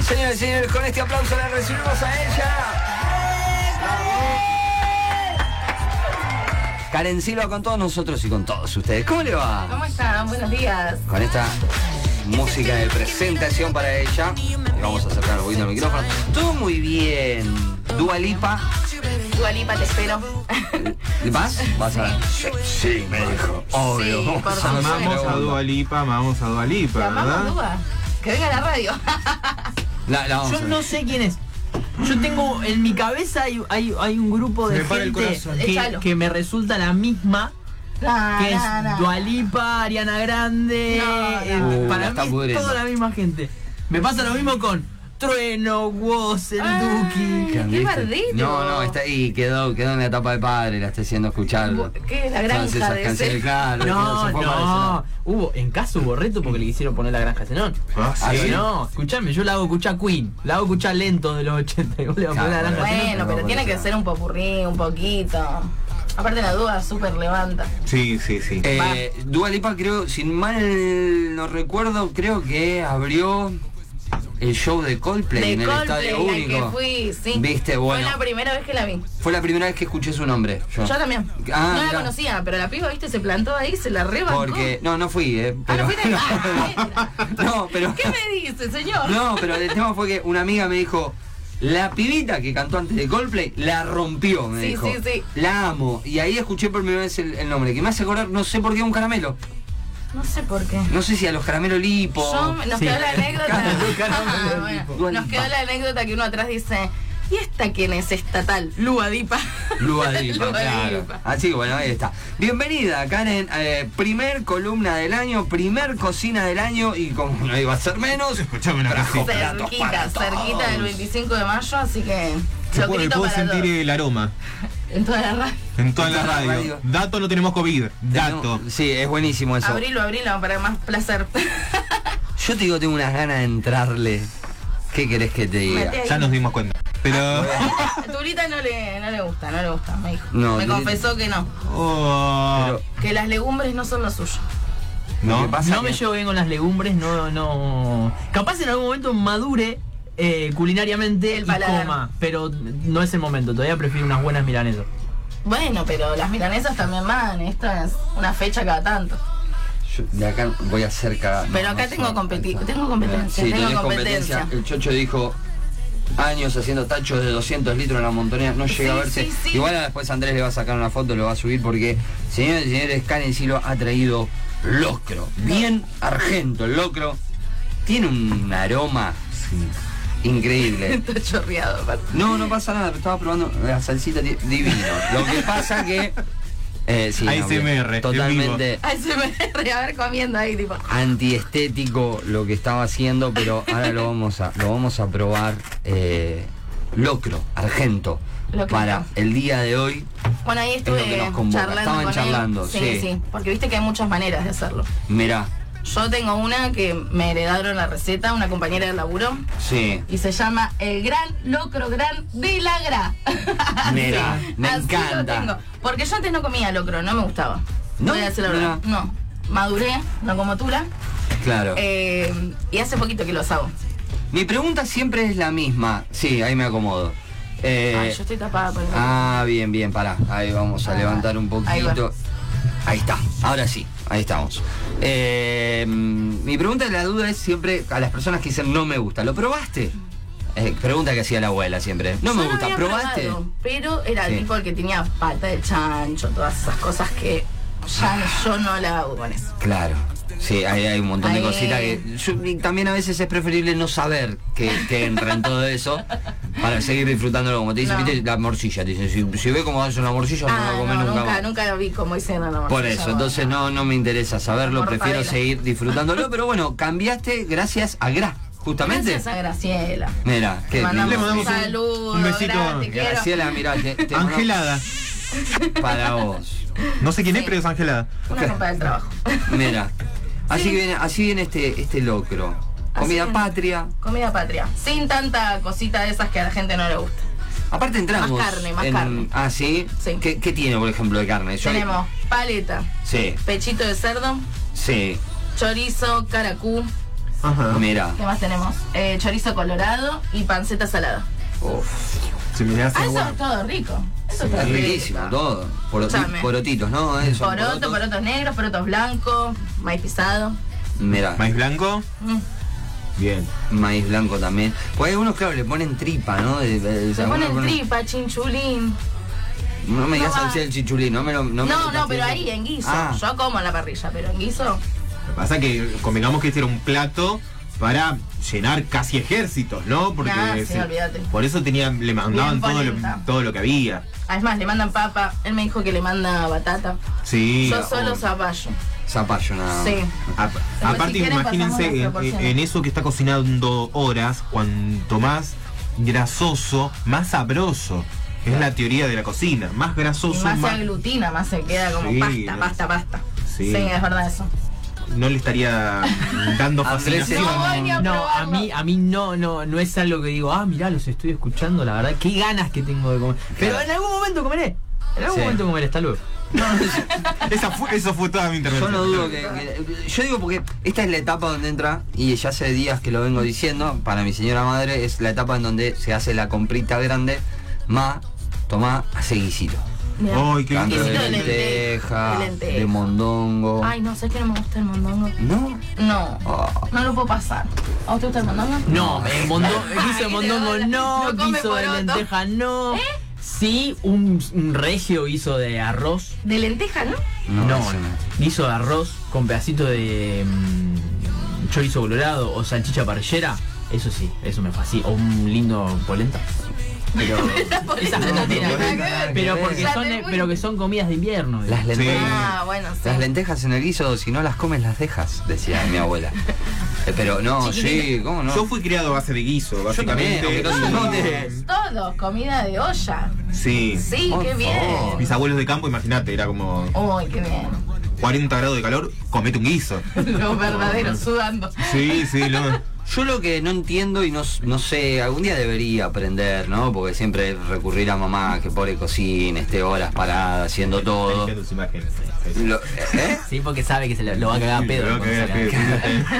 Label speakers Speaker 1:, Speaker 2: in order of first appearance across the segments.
Speaker 1: Señores y señores, con este aplauso la recibimos a ella. Karen Silva con todos nosotros y con todos ustedes. ¿Cómo le va?
Speaker 2: ¿Cómo están? Buenos días.
Speaker 1: Con esta música de presentación para ella. Le Vamos a acercar un poquito el micrófono. Todo muy bien. Dualipa.
Speaker 2: Dualipa, te espero.
Speaker 1: ¿Vas? ¿Vas a Sí, sí, me dijo. Obvio.
Speaker 2: Ah, Sí, por
Speaker 1: a
Speaker 2: supuesto.
Speaker 1: hacer
Speaker 3: Amamos
Speaker 1: la
Speaker 3: a
Speaker 1: bomba.
Speaker 3: Dua Lipa, amamos a Dua Lipa,
Speaker 2: La
Speaker 3: ¿verdad?
Speaker 1: ¿Ah?
Speaker 2: amamos, Dúa. Que venga a la radio.
Speaker 1: La- la vamos
Speaker 4: Yo
Speaker 1: a ver.
Speaker 4: no sé quién es. Yo tengo en mi cabeza hay, hay, hay un grupo de
Speaker 3: Me para el
Speaker 4: gente
Speaker 3: corazón.
Speaker 4: que,
Speaker 2: Échalo.
Speaker 4: que me resulta la misma,
Speaker 2: Na,
Speaker 4: que
Speaker 2: na, na.
Speaker 4: es Dualipa, Ariana Grande.
Speaker 2: No,
Speaker 4: eh,
Speaker 2: no,
Speaker 1: no.
Speaker 4: para
Speaker 1: Uh, la
Speaker 4: mí es
Speaker 1: está
Speaker 4: toda la misma gente. Me pasa lo mismo con Trueno, Woz, el
Speaker 2: Ah.
Speaker 4: Duki.
Speaker 2: Qué bardero.
Speaker 1: No, no, está ahí, quedó, quedó en la etapa de padre, la está haciendo escuchar.
Speaker 2: Bu- ¿Qué? La
Speaker 1: Todas
Speaker 2: granja
Speaker 1: esas
Speaker 2: de
Speaker 1: canciones,
Speaker 2: ese.
Speaker 1: claro, se
Speaker 4: No,
Speaker 1: fue para ese lado.
Speaker 4: no. Hubo, en caso hubo reto porque le quisieron poner la granja Zenón.
Speaker 3: Ah,
Speaker 1: Ah,
Speaker 3: sí.
Speaker 1: sí.
Speaker 4: No, escuchame, yo la hago escuchar Queen, la hago escuchar lento de los 80 y vos le vas a poner
Speaker 1: Claro,
Speaker 4: la granja Zenón.
Speaker 2: Bueno, pero tiene que ser un popurrí, un poquito. Aparte la duda súper levanta.
Speaker 3: Sí, sí, sí.
Speaker 1: Eh, Dua Lipa creo, sin mal no recuerdo, creo que abrió el show de Coldplay en el
Speaker 2: Coldplay,
Speaker 1: Estadio
Speaker 2: al
Speaker 1: Único.
Speaker 2: que fui, sí.
Speaker 1: Viste, bueno.
Speaker 2: Fue la primera vez que la vi.
Speaker 1: Fue la primera vez que escuché su nombre. Yo,
Speaker 2: Yo también.
Speaker 1: Ah,
Speaker 2: no la
Speaker 1: mirá.
Speaker 2: conocía, pero la piba, viste, se plantó ahí, se la rebancó.
Speaker 1: Porque, no, no fui, eh,
Speaker 2: Ah,
Speaker 1: pero-
Speaker 2: no fuiste. Ah,
Speaker 1: no, pero.
Speaker 2: ¿Qué me dice, señor?
Speaker 1: No, pero el tema fue que una amiga me dijo, la pibita que cantó antes de Coldplay la rompió, me
Speaker 2: Sí,
Speaker 1: dijo.
Speaker 2: sí, sí.
Speaker 1: La amo. Y ahí escuché por primera vez el, el nombre, que me hace acordar, no sé por qué, a un caramelo.
Speaker 2: No sé por qué.
Speaker 1: No sé si a los caramelos lipo.
Speaker 2: Yo- nos
Speaker 4: Sí.
Speaker 2: quedó la anécdota.
Speaker 4: Caramba,
Speaker 2: Ah, bueno.
Speaker 1: tipo.
Speaker 2: Nos quedó la anécdota que uno atrás dice, ¿y esta quién es estatal? Luadipa.
Speaker 1: Lua Lipa,
Speaker 2: Lua
Speaker 1: claro.
Speaker 2: Lipa.
Speaker 1: Así que bueno, ahí está. Bienvenida, Karen. eh, primer columna del año, primer cocina del año y como no iba a ser menos,
Speaker 3: Escuchame una
Speaker 1: Trajo.
Speaker 3: cosita.
Speaker 1: Platos
Speaker 2: Cerquita,
Speaker 1: para todos.
Speaker 2: cerquita del 25 de mayo, así que
Speaker 3: Yo
Speaker 2: lo
Speaker 3: puedo,
Speaker 2: grito
Speaker 3: puedo
Speaker 2: para
Speaker 3: sentir
Speaker 2: todos.
Speaker 3: el aroma
Speaker 2: En toda la radio.
Speaker 3: en toda la radio.
Speaker 1: radio.
Speaker 3: Dato no tenemos COVID. Dato.
Speaker 1: Tenemos- Sí, es buenísimo eso.
Speaker 2: Abrilo, abrilo, para más placer.
Speaker 1: Yo te digo, tengo unas ganas de entrarle. ¿Qué querés que te diga?
Speaker 2: Mate ahí.
Speaker 3: Ya nos dimos cuenta. Pero.
Speaker 2: A Turita no le, no le gusta, no le gusta, me dijo.
Speaker 1: No,
Speaker 2: me
Speaker 1: Turita-
Speaker 2: confesó que no,
Speaker 3: Oh,
Speaker 1: Pero-
Speaker 2: que las legumbres no son lo suyo.
Speaker 1: Lo
Speaker 3: no.
Speaker 1: que pasa
Speaker 4: no me
Speaker 1: que-
Speaker 4: llevo bien con las legumbres, no, no. Capaz en algún momento madure eh, culinariamente
Speaker 2: El
Speaker 4: y
Speaker 2: paladar.
Speaker 4: coma, pero no es el momento. Todavía prefiero unas buenas milanesas.
Speaker 2: Bueno, pero las milanesas también van, esto es una fecha cada tanto.
Speaker 1: Yo de acá voy a hacer cada.
Speaker 2: Pero acá tengo competi-
Speaker 1: competencia.
Speaker 2: tengo competencia,
Speaker 1: Sí,
Speaker 2: tengo
Speaker 1: tenés competencia.
Speaker 2: competencia.
Speaker 1: El Chocho dijo años haciendo tachos de 200 litros en la montonera, no llega
Speaker 2: Sí,
Speaker 1: a verse.
Speaker 2: sí, sí.
Speaker 1: Igual después Andrés le va a sacar una foto, lo va a subir porque, señores y señores, Karen Silo ha traído locro. Bien argento el locro. Tiene un aroma increíble.
Speaker 2: Está chorreado, aparte.
Speaker 1: No, no pasa nada, estaba probando la salsita di- divino. Lo que pasa que. Eh, sí, no,
Speaker 3: ASMR,
Speaker 1: que
Speaker 3: en
Speaker 1: totalmente
Speaker 2: Ay, se me a ver comiendo ahí, tipo.
Speaker 1: antiestético lo que estaba haciendo, pero ahora lo vamos a, lo vamos a probar. eh, locro, argento.
Speaker 2: Locro.
Speaker 1: Para el día de hoy.
Speaker 2: Bueno, ahí
Speaker 1: lo
Speaker 2: estuve
Speaker 1: que nos convoca.
Speaker 2: charlando
Speaker 1: Estaban
Speaker 2: con él.
Speaker 1: charlando,
Speaker 2: sí,
Speaker 1: sí.
Speaker 2: sí. Porque viste que hay muchas maneras de hacerlo.
Speaker 1: Mirá.
Speaker 2: Yo tengo una que me heredaron la receta, una compañera del laburo,
Speaker 1: Sí.
Speaker 2: y se llama el gran locro gran de lagra. Ah,
Speaker 1: Mirá, me encanta.
Speaker 2: Porque yo antes no comía locro, no me gustaba.
Speaker 1: ¿No?
Speaker 2: Voy a decir la verdad. No. Maduré, no como tula.
Speaker 1: Claro.
Speaker 2: eh, y hace poquito que los hago.
Speaker 1: Mi pregunta siempre es la misma. Sí, ahí me acomodo. Eh,
Speaker 2: Ay, yo estoy tapada por el
Speaker 1: Ah, bien, bien, pará. Ahí vamos a
Speaker 2: Ah,
Speaker 1: levantar un poquito.
Speaker 2: ahí
Speaker 1: Ahí,
Speaker 2: va.
Speaker 1: está, ahora sí, ahí estamos. Eh, mm, mi pregunta, la duda es siempre a las personas que dicen no me gusta. ¿Lo probaste? Eh, pregunta que hacía la abuela siempre. No
Speaker 2: Yo
Speaker 1: me gusta,
Speaker 2: había
Speaker 1: ¿probaste?
Speaker 2: probado, pero era
Speaker 1: Sí.
Speaker 2: el tipo el que tenía pata de chancho, todas esas cosas que ya
Speaker 1: Ah.
Speaker 2: no- yo no la hago con eso.
Speaker 1: Claro. Sí, ahí hay un montón de
Speaker 2: Ahí.
Speaker 1: cositas que. yo- y también a veces es preferible no saber que, que entra en todo eso para seguir disfrutándolo. Como te dicen,
Speaker 2: No.
Speaker 1: viste, la morcilla. Te dicen, si, si ve cómo hace una morcilla, no
Speaker 2: Ah,
Speaker 1: la
Speaker 2: no,
Speaker 1: come
Speaker 2: nunca,
Speaker 1: nunca, más.
Speaker 2: nunca, la vi como dicen a la
Speaker 1: Por eso, entonces no, no me interesa saberlo,
Speaker 2: Por
Speaker 1: prefiero
Speaker 2: favela.
Speaker 1: seguir disfrutándolo, pero bueno, cambiaste gracias a Gra, justamente.
Speaker 2: Gracias a Graciela.
Speaker 1: Mira,
Speaker 2: Te
Speaker 1: qué
Speaker 2: mandamos
Speaker 3: Le mandamos
Speaker 2: un
Speaker 3: un-
Speaker 2: saludo,
Speaker 3: un besito.
Speaker 2: Gra, te quiero.
Speaker 1: Graciela, mirá, te, te mando
Speaker 3: Angelada.
Speaker 1: para vos.
Speaker 3: No sé quién es, pero es Angelada.
Speaker 2: Una compa del trabajo.
Speaker 1: Mira. Así
Speaker 2: Sí.
Speaker 1: que viene, así viene este, este locro.
Speaker 2: Así
Speaker 1: Comida
Speaker 2: viene.
Speaker 1: patria.
Speaker 2: Comida patria. Sin tanta cosita de esas que a la gente no le gusta.
Speaker 1: Aparte entramos.
Speaker 2: Más carne, más
Speaker 1: en-
Speaker 2: carne.
Speaker 1: Ah, sí.
Speaker 2: Sí.
Speaker 1: ¿Qué, qué tiene, por ejemplo, de carne? Yo-
Speaker 2: Tenemos paleta,
Speaker 1: Sí,
Speaker 2: pechito de cerdo,
Speaker 1: sí.
Speaker 2: chorizo, caracú,
Speaker 3: Ajá.
Speaker 1: Mira.
Speaker 2: ¿Qué más tenemos? Eh, chorizo colorado y panceta salada.
Speaker 1: Uf,
Speaker 3: Se me hace
Speaker 2: Ah, eso
Speaker 3: agua.
Speaker 2: es todo rico. Eso es todo
Speaker 1: es
Speaker 2: rico.
Speaker 1: riquísimo todo. Poroti-
Speaker 2: Escuchame.
Speaker 1: porotitos, ¿no? Eh, son
Speaker 2: Poroto,
Speaker 1: porotos.
Speaker 2: porotos negros, porotos blancos, maíz pisado.
Speaker 1: Mira,
Speaker 3: Maíz blanco.
Speaker 2: Mm.
Speaker 5: Bien.
Speaker 1: maíz blanco también. Pues hay algunos, claro, le ponen tripa, ¿no? De- de- de-
Speaker 2: Se
Speaker 1: algunos
Speaker 2: ponen
Speaker 1: ponen-
Speaker 2: tripa, chinchulín.
Speaker 1: No me digas
Speaker 2: No,
Speaker 1: al
Speaker 2: va.
Speaker 1: ser el chichulín, no me lo.
Speaker 2: No,
Speaker 1: me lo
Speaker 2: no,
Speaker 1: metas
Speaker 2: pero
Speaker 1: eso.
Speaker 2: ahí en guiso.
Speaker 1: Ah,
Speaker 2: Yo como en la parrilla, pero en guiso.
Speaker 5: Lo que pasa que convengamos que este era un plato para llenar casi ejércitos, ¿no? Porque
Speaker 2: Ah, sí,
Speaker 5: se-
Speaker 2: olvídate.
Speaker 5: por eso tenían, le mandaban
Speaker 2: Bien
Speaker 5: todo lo,
Speaker 2: polenta.
Speaker 5: todo lo que había.
Speaker 2: Además, le mandan papa. Él me dijo que le manda batata.
Speaker 5: Sí.
Speaker 2: Yo solo
Speaker 5: o-
Speaker 2: zapallo.
Speaker 1: zapallo nada. más.
Speaker 2: Sí.
Speaker 5: A- aparte,
Speaker 2: si quieren,
Speaker 5: imagínense
Speaker 2: pasamos las
Speaker 5: en- en,
Speaker 2: proporciones.
Speaker 5: en eso que está cocinando horas, cuanto más grasoso, más sabroso. Es la teoría de la cocina. Más
Speaker 2: Y
Speaker 5: grasoso,
Speaker 2: más se
Speaker 5: más-
Speaker 2: aglutina, más se queda como
Speaker 5: Sí,
Speaker 2: pasta,
Speaker 5: no.
Speaker 2: pasta, pasta.
Speaker 5: Sí.
Speaker 2: Sí. es verdad eso.
Speaker 5: no le estaría dando
Speaker 1: Andrés,
Speaker 5: fascinación.
Speaker 2: No voy ni a
Speaker 4: No, a
Speaker 2: probarlo.
Speaker 4: mí, a mí no, no, no es algo que digo, ah, mirá, los estoy escuchando, la verdad, qué ganas que tengo de comer. Pero
Speaker 1: Claro.
Speaker 4: en algún momento comeré. En algún
Speaker 1: Sí.
Speaker 4: momento comeré, hasta luego.
Speaker 5: Esa fue- eso fue toda mi
Speaker 1: Yo
Speaker 5: intervención.
Speaker 1: no dudo que, que- Yo digo porque esta es la etapa donde entra, y ya hace días que lo vengo diciendo, para mi señora madre, es la etapa en donde se hace la comprita grande, más tomá, hace guisito.
Speaker 2: Mirá.
Speaker 5: Ay, qué
Speaker 1: Tanto
Speaker 5: lindo.
Speaker 1: de
Speaker 2: Guisito de
Speaker 1: lenteja,
Speaker 2: lenteja, de lenteja.
Speaker 1: de mondongo.
Speaker 2: Ay, no sé que no me gusta el mondongo.
Speaker 1: ¿No?
Speaker 2: No,
Speaker 1: Ah.
Speaker 2: no lo puedo pasar. ¿A usted gusta el mondongo?
Speaker 4: No, el mondongo, guiso de
Speaker 2: Ay,
Speaker 4: mondongo
Speaker 2: no,
Speaker 4: no,
Speaker 2: no come
Speaker 4: guiso de
Speaker 2: poroto.
Speaker 4: lenteja no. Sí, un, un regio guiso de arroz.
Speaker 2: De lenteja, ¿no?
Speaker 1: No,
Speaker 4: No,
Speaker 1: eso no.
Speaker 4: guiso de arroz con pedacitos de mm, chorizo colorado o salchicha parrillera. Eso sí, eso me fascina. O un lindo polenta. Pero esas
Speaker 1: No,
Speaker 4: cosas
Speaker 1: pero
Speaker 4: tienen-
Speaker 1: polenta nada que
Speaker 4: Pero
Speaker 1: ver.
Speaker 4: porque
Speaker 2: La
Speaker 4: son de-
Speaker 2: tengo
Speaker 4: pero
Speaker 2: y-
Speaker 4: que son comidas de invierno.
Speaker 1: Las
Speaker 4: digamos.
Speaker 1: lentejas.
Speaker 2: Ah, bueno, sí.
Speaker 1: Las lentejas en el guiso, si no las comes las dejas, decía mi abuela. Eh, Pero no, sí, ¿cómo no?
Speaker 5: Yo fui criado a base de guiso, básicamente.
Speaker 1: también, aunque no
Speaker 5: Y-
Speaker 1: se note.
Speaker 2: Todo, comida de olla.
Speaker 5: Sí.
Speaker 2: Sí,
Speaker 1: Por
Speaker 2: qué bien.
Speaker 1: favor.
Speaker 5: Mis abuelos de campo, imagínate, era como
Speaker 2: Uy, qué bien.
Speaker 5: 40 grados de calor, comete un guiso.
Speaker 2: Los verdaderos sudando.
Speaker 5: Sí, sí, no.
Speaker 1: Yo lo que no entiendo y no, s- no sé, algún día debería aprender, ¿no? Porque siempre recurrir a mamá que pobre cocina, esté horas parada, haciendo todo.
Speaker 5: Eligiendo sus imágenes.
Speaker 1: Lo- ¿eh?
Speaker 4: Sí, porque sabe que se lo, lo va a cagar a pedo.
Speaker 5: Creo
Speaker 4: cuando
Speaker 5: que-
Speaker 4: salga.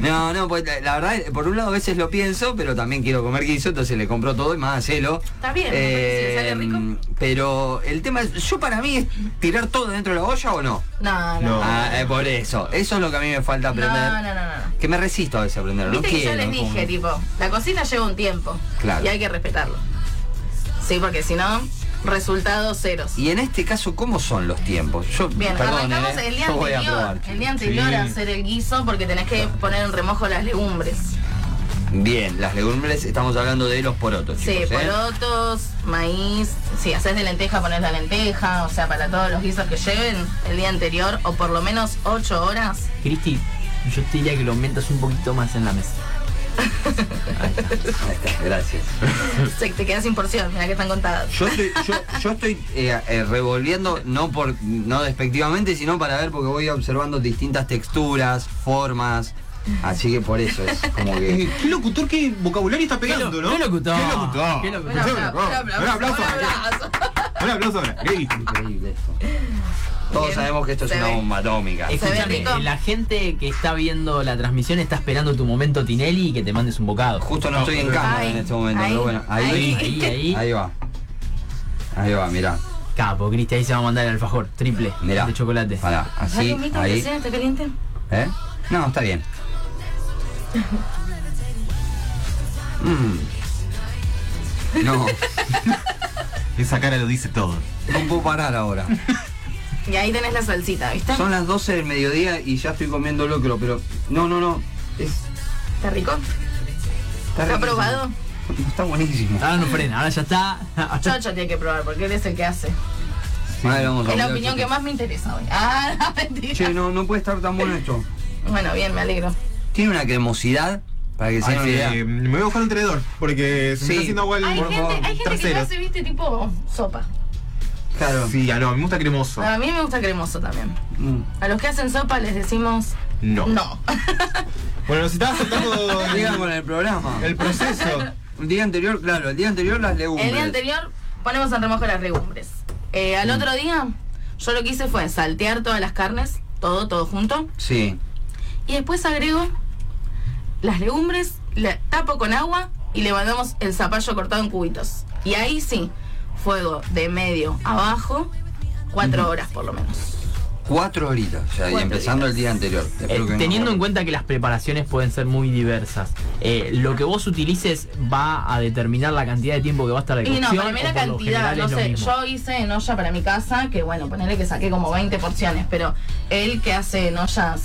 Speaker 1: No, no, pues la, la verdad, eh, por un lado a veces lo pienso, pero también quiero comer guiso, entonces le compro todo y más hacelo. Em,
Speaker 2: Está bien, me parece que sale rico.
Speaker 1: Pero el tema es, yo para mí es tirar todo dentro de la olla o no.
Speaker 2: No, no.
Speaker 5: No.
Speaker 1: Ah, eh, por eso. Eso es lo que a mí me falta
Speaker 2: No,
Speaker 1: aprender.
Speaker 2: no, no, no. no.
Speaker 1: Que me resisto a veces a aprender, no
Speaker 2: Viste que yo
Speaker 1: quiero,
Speaker 2: les
Speaker 1: no
Speaker 2: dije,
Speaker 1: como-
Speaker 2: tipo, la cocina lleva un tiempo.
Speaker 1: Claro.
Speaker 2: Y hay que respetarlo. Sí, porque si no, resultados ceros.
Speaker 1: Y en este caso, ¿cómo son los tiempos? Yo,
Speaker 2: Bien,
Speaker 1: perdón,
Speaker 2: arrancamos
Speaker 1: eh,
Speaker 2: el día
Speaker 1: yo voy a
Speaker 2: anterior,
Speaker 1: probar.
Speaker 2: el día anterior
Speaker 5: Sí.
Speaker 2: a hacer el guiso porque tenés que poner en remojo las legumbres.
Speaker 1: Bien, las legumbres, estamos hablando de los porotos,
Speaker 2: Sí,
Speaker 1: chicos, ¿eh?
Speaker 2: porotos, maíz, si haces de lenteja ponés la lenteja, o sea, para todos los guisos que lleven el día anterior o por lo menos 8 horas.
Speaker 4: Cristi, yo te diría que lo aumentas un poquito más en la mesa.
Speaker 1: Ahí está, gracias.
Speaker 2: Se te quedas sin porción, mira que están contadas.
Speaker 1: Yo estoy, yo, yo estoy eh, eh, revolviendo, no por no despectivamente, sino para ver porque voy observando distintas texturas, formas. Así que por eso es como que.
Speaker 5: Eh, Qué locutor, qué vocabulario está pegando,
Speaker 4: Qué
Speaker 5: ¿no?
Speaker 4: lo- qué locutor.
Speaker 5: Qué locutor.
Speaker 4: Qué locutor.
Speaker 2: Un aplauso, un aplauso,
Speaker 5: Un aplauso.
Speaker 2: un aplauso.
Speaker 5: Un aplauso ahora. Ey.
Speaker 1: Increíble esto. Todos
Speaker 2: Bien,
Speaker 1: sabemos que esto es
Speaker 2: se
Speaker 1: una
Speaker 2: ve.
Speaker 1: bomba atómica.
Speaker 2: ve
Speaker 4: Escúchame,
Speaker 2: rico.
Speaker 4: la gente que está viendo la transmisión está esperando tu momento Tinelli y que te mandes un bocado.
Speaker 1: Justo no estoy en cámara
Speaker 2: Ay,
Speaker 1: en este momento,
Speaker 2: ahí,
Speaker 1: pero bueno,
Speaker 4: Ahí,
Speaker 1: ahí,
Speaker 4: ahí, ahí.
Speaker 1: ahí va. Ahí va, mirá.
Speaker 4: Capo, Cristi, ahí se va a mandar el alfajor, triple,
Speaker 1: Mirá.
Speaker 4: de chocolate.
Speaker 1: Pará,
Speaker 2: Dale
Speaker 1: así,
Speaker 2: un mito, que
Speaker 1: ahí.
Speaker 2: sea, ¿Está caliente?
Speaker 1: ¿Eh? No, está bien. Mm. No,
Speaker 5: Esa cara lo dice todo.
Speaker 1: no puedo parar ahora.
Speaker 2: Y ahí tenés la salsita, ¿viste?
Speaker 1: Son las 12 del mediodía y ya estoy comiendo locro, pero no, no, no. Es,
Speaker 2: ¿Está rico?
Speaker 1: está
Speaker 2: ¿Está Ah,
Speaker 1: riquísimo.
Speaker 2: probado?
Speaker 1: No, Está buenísimo.
Speaker 4: Ahora Ah, no frena, ahora ya está.
Speaker 2: Chocho tiene que probar porque él es el que hace.
Speaker 1: Madre, vamos a
Speaker 2: Es la
Speaker 1: comer
Speaker 2: opinión que
Speaker 1: chocho.
Speaker 2: más me interesa hoy. Ah, no, mentira.
Speaker 1: Che, no, no puede estar tan bueno esto.
Speaker 2: Bueno, bien, me alegro.
Speaker 1: Tiene una cremosidad, para que se den una
Speaker 5: Ay,
Speaker 1: idea.
Speaker 5: eh, me voy a buscar un tenedor porque se
Speaker 1: Sí.
Speaker 5: me está haciendo agua el
Speaker 2: Hay
Speaker 1: Por
Speaker 2: gente,
Speaker 1: favor,
Speaker 2: hay gente que lo
Speaker 5: trasero.
Speaker 2: hace, viste, tipo sopa.
Speaker 1: Claro.
Speaker 5: Sí, ah, no, me gusta cremoso.
Speaker 2: A mí me gusta cremoso también.
Speaker 1: Mm.
Speaker 2: A los que hacen sopa les decimos
Speaker 5: No.
Speaker 2: no.
Speaker 5: Bueno, nos estaba saltando
Speaker 1: Digan con
Speaker 5: el-
Speaker 1: el programa.
Speaker 5: el proceso.
Speaker 1: El día anterior, claro, el día anterior las legumbres.
Speaker 2: El día anterior ponemos en remojo las legumbres. Eh, al otro día, yo lo que hice fue saltear todas las carnes, todo, todo junto.
Speaker 1: Sí.
Speaker 2: Y después agrego las legumbres, la tapo con agua y le mandamos el zapallo cortado en cubitos. Y ahí sí, fuego de medio abajo, cuatro horas por lo menos.
Speaker 1: Cuatro horitas, o sea, y
Speaker 2: Cuatro
Speaker 1: empezando el día anterior.
Speaker 4: Eh,
Speaker 1: Espero que no-
Speaker 4: teniendo en cuenta que las preparaciones pueden ser muy diversas, eh, lo que vos utilices va a determinar la cantidad de tiempo que va a estar la
Speaker 2: Y
Speaker 4: cocción.
Speaker 2: no, para mí
Speaker 4: o
Speaker 2: la
Speaker 4: por lo
Speaker 2: cantidad,
Speaker 4: general
Speaker 2: no
Speaker 4: es lo
Speaker 2: sé,
Speaker 4: mismo.
Speaker 2: yo hice en olla para mi casa, que bueno, ponerle que saqué como 20 porciones, pero él que hace en ollas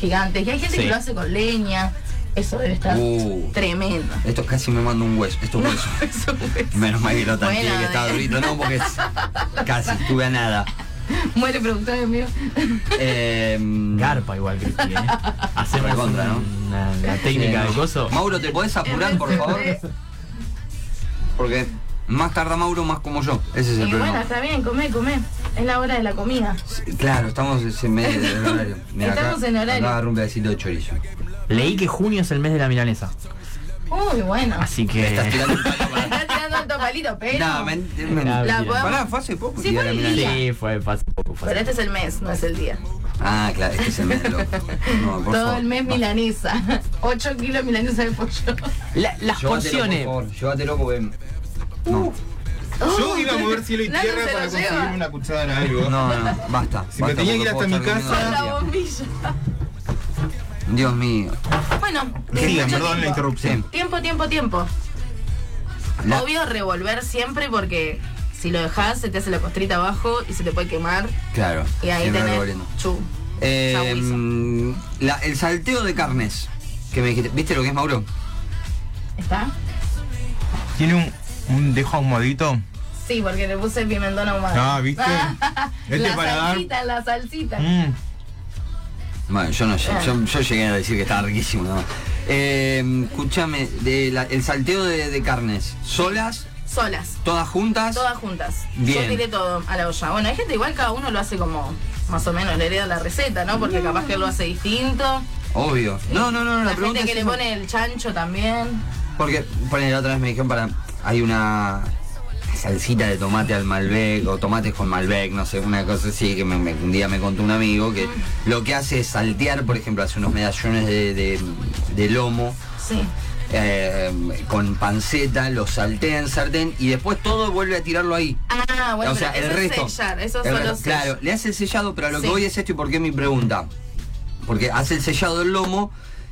Speaker 2: gigantes, y hay gente
Speaker 4: Sí.
Speaker 2: que lo hace con leña, eso debe estar
Speaker 1: Uh.
Speaker 2: tremendo.
Speaker 1: Esto casi me manda un hueso, esto es hueso.
Speaker 2: Eso es-
Speaker 1: Menos mal que lo tanteé,
Speaker 2: Bueno,
Speaker 1: que estaba
Speaker 2: de-
Speaker 1: durito, no, porque es- casi estuve a nada.
Speaker 2: Muere productor en vivo.
Speaker 1: Eh,
Speaker 4: Garpa igual que tiene. ¿eh? Hacemos
Speaker 1: Recontra,
Speaker 4: un- una, la técnica
Speaker 1: eh,
Speaker 4: de coso.
Speaker 1: Mauro, ¿te podés apurar, por favor?
Speaker 2: Eh,
Speaker 1: Porque más tarda Mauro, más como yo. Ese es el
Speaker 2: Y bueno,
Speaker 1: problema.
Speaker 2: está bien, come, come. Es la hora de la comida.
Speaker 1: Claro, estamos en medio del horario. Mirá,
Speaker 2: Estamos
Speaker 1: acá-
Speaker 2: en horario.
Speaker 1: Acá agarro un pedacito de chorizo.
Speaker 4: Eh. Leí que junio es el mes de la milanesa.
Speaker 2: Uy, bueno.
Speaker 4: Así que.
Speaker 1: Estás tirando un palo para...
Speaker 2: Está tirando alto palito, pero.
Speaker 1: No, men- men-
Speaker 4: Ah,
Speaker 2: La
Speaker 4: bien.
Speaker 2: podemos-
Speaker 1: Pará, fue hace poco.
Speaker 2: Sí,
Speaker 1: que
Speaker 2: fue
Speaker 1: era
Speaker 2: el
Speaker 1: milanesa.
Speaker 2: día.
Speaker 4: Sí, fue, fue hace poco. fue hace
Speaker 2: Pero este es el mes, no es el día.
Speaker 1: Ah, claro, es que se me loco. No, por
Speaker 2: Todo
Speaker 1: favor.
Speaker 2: el mes milanesa. 8 kilos de milanesa de pollo.
Speaker 4: poco. La- las
Speaker 1: Llévatelo,
Speaker 4: porciones.
Speaker 1: Por favor, llévatelo porque. No,
Speaker 5: Yo iba a mover cielo y
Speaker 2: Nadie
Speaker 5: tierra
Speaker 2: Oh, se lo
Speaker 5: para
Speaker 2: lleva.
Speaker 5: conseguir una cuchara de algo.
Speaker 1: no, no, no, basta.
Speaker 5: Si me
Speaker 1: basta,
Speaker 5: tenía
Speaker 1: porque
Speaker 5: que ir hasta
Speaker 1: puedo
Speaker 5: mi
Speaker 1: estar
Speaker 5: casa-
Speaker 2: Con la
Speaker 1: durmiendo todo el
Speaker 2: bombilla.
Speaker 1: día. Dios mío.
Speaker 2: Bueno, eh,
Speaker 5: Sigan,
Speaker 2: mucho
Speaker 5: perdón la
Speaker 2: tiempo.
Speaker 5: interrupción.
Speaker 2: Tiempo, tiempo, tiempo.
Speaker 1: La-
Speaker 2: Obvio revolver siempre porque si lo dejas se te hace la costrita abajo y se te puede quemar.
Speaker 1: Claro.
Speaker 2: Y ahí
Speaker 1: siempre
Speaker 2: tenés
Speaker 1: revolviendo.
Speaker 2: chu.
Speaker 1: Eh,
Speaker 2: Sabuizo.
Speaker 1: la- el salteo de carnes. Que me dijiste, ¿viste lo que es Mauro?
Speaker 2: ¿Está?
Speaker 5: Tiene un, un dejo ahumadito.
Speaker 2: Sí, porque le puse pimentón ahumado.
Speaker 5: Ah, ¿viste? Este
Speaker 2: la
Speaker 5: para dar-
Speaker 2: salsita, la salsita.
Speaker 5: Mm,
Speaker 1: Bueno, yo no sé,
Speaker 2: Eh.
Speaker 1: yo, yo llegué a decir que estaba riquísimo nada más. Eh, escúchame, de la- el salteo de, de carnes, solas,
Speaker 2: Solas,
Speaker 1: todas juntas.
Speaker 2: todas juntas.
Speaker 1: Bien.
Speaker 2: Yo tiré todo a la olla. Bueno, hay gente igual, cada uno lo hace como más o menos, le hereda la receta, ¿no?
Speaker 5: Mm.
Speaker 2: Porque capaz que él lo hace distinto.
Speaker 1: Obvio. No, no, no, no, la,
Speaker 2: la
Speaker 1: pregunta
Speaker 2: gente que
Speaker 1: es eso.
Speaker 2: le pone el chancho también.
Speaker 1: Porque, ponen la otra vez me dijeron para. Hay una salsita de tomate al Malbec o tomates con Malbec, no sé, una cosa así que me- me- un día me contó un amigo que lo que hace es saltear, por ejemplo, hace unos medallones de, de- de lomo
Speaker 2: Sí.
Speaker 1: eh, con panceta, lo saltea en sartén y después todo vuelve a tirarlo ahí.
Speaker 2: Ah, bueno,
Speaker 1: o sea,
Speaker 2: pero
Speaker 1: el
Speaker 2: eso
Speaker 1: resto.
Speaker 2: es sellar, eso
Speaker 1: el
Speaker 2: solo
Speaker 1: resto,
Speaker 2: es-
Speaker 1: Claro, le hace el sellado, pero a lo
Speaker 2: Sí.
Speaker 1: que voy es esto y por qué mi pregunta. Porque hace el sellado del lomo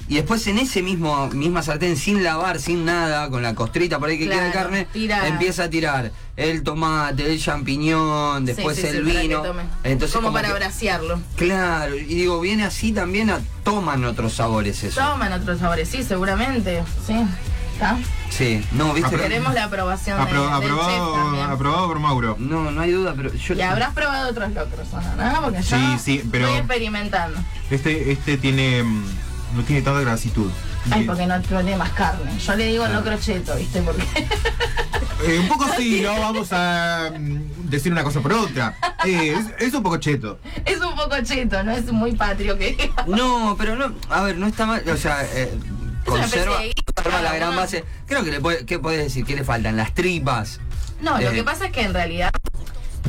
Speaker 1: y después en ese mismo misma sartén, sin lavar, sin nada, con la costrita por ahí que queda de
Speaker 2: Claro,
Speaker 1: carne,
Speaker 2: tira.
Speaker 1: empieza a tirar el tomate, el champiñón,
Speaker 2: Sí,
Speaker 1: después
Speaker 2: sí, sí,
Speaker 1: el
Speaker 2: para que
Speaker 1: vino.
Speaker 2: tome.
Speaker 1: Entonces,
Speaker 2: como, para
Speaker 1: que-
Speaker 2: brasearlo.
Speaker 1: Claro, y digo, viene así también, a- toman otros sabores eso.
Speaker 2: Toman otros sabores, sí, seguramente. Sí. ¿Está?
Speaker 1: Sí, no, viste.
Speaker 5: Apro-
Speaker 2: Ah, Queremos la aprobación de-
Speaker 5: apro-
Speaker 2: del chef
Speaker 5: aprobado,
Speaker 2: también.
Speaker 5: aprobado por Mauro.
Speaker 1: No, no hay duda, pero yo.
Speaker 2: Y habrás probado otros locros, ¿o ¿no? ¿No? Porque yo
Speaker 5: Sí, sí, pero-
Speaker 2: estoy experimentando.
Speaker 5: Este, este tiene. mm, No tiene tanta grasitud.
Speaker 2: Ay,
Speaker 5: Y-
Speaker 2: porque no, no tiene más carne. Yo le digo locro cheto, ¿viste? Porque
Speaker 5: Eh, un poco sí, no vamos a mm, decir una cosa por otra. Eh, es, es un poco cheto.
Speaker 2: es un poco cheto, no es muy patrio que diga.
Speaker 1: No, pero no, a ver, no está mal, o sea, eh,
Speaker 2: una especie
Speaker 1: conserva,
Speaker 2: de
Speaker 1: conserva la
Speaker 2: hígado,
Speaker 1: gran
Speaker 2: ¿no?
Speaker 1: base. Creo que le puede, ¿qué podés decir? ¿Qué le faltan? Las tripas.
Speaker 2: No, lo
Speaker 1: Eh.
Speaker 2: que pasa es que en realidad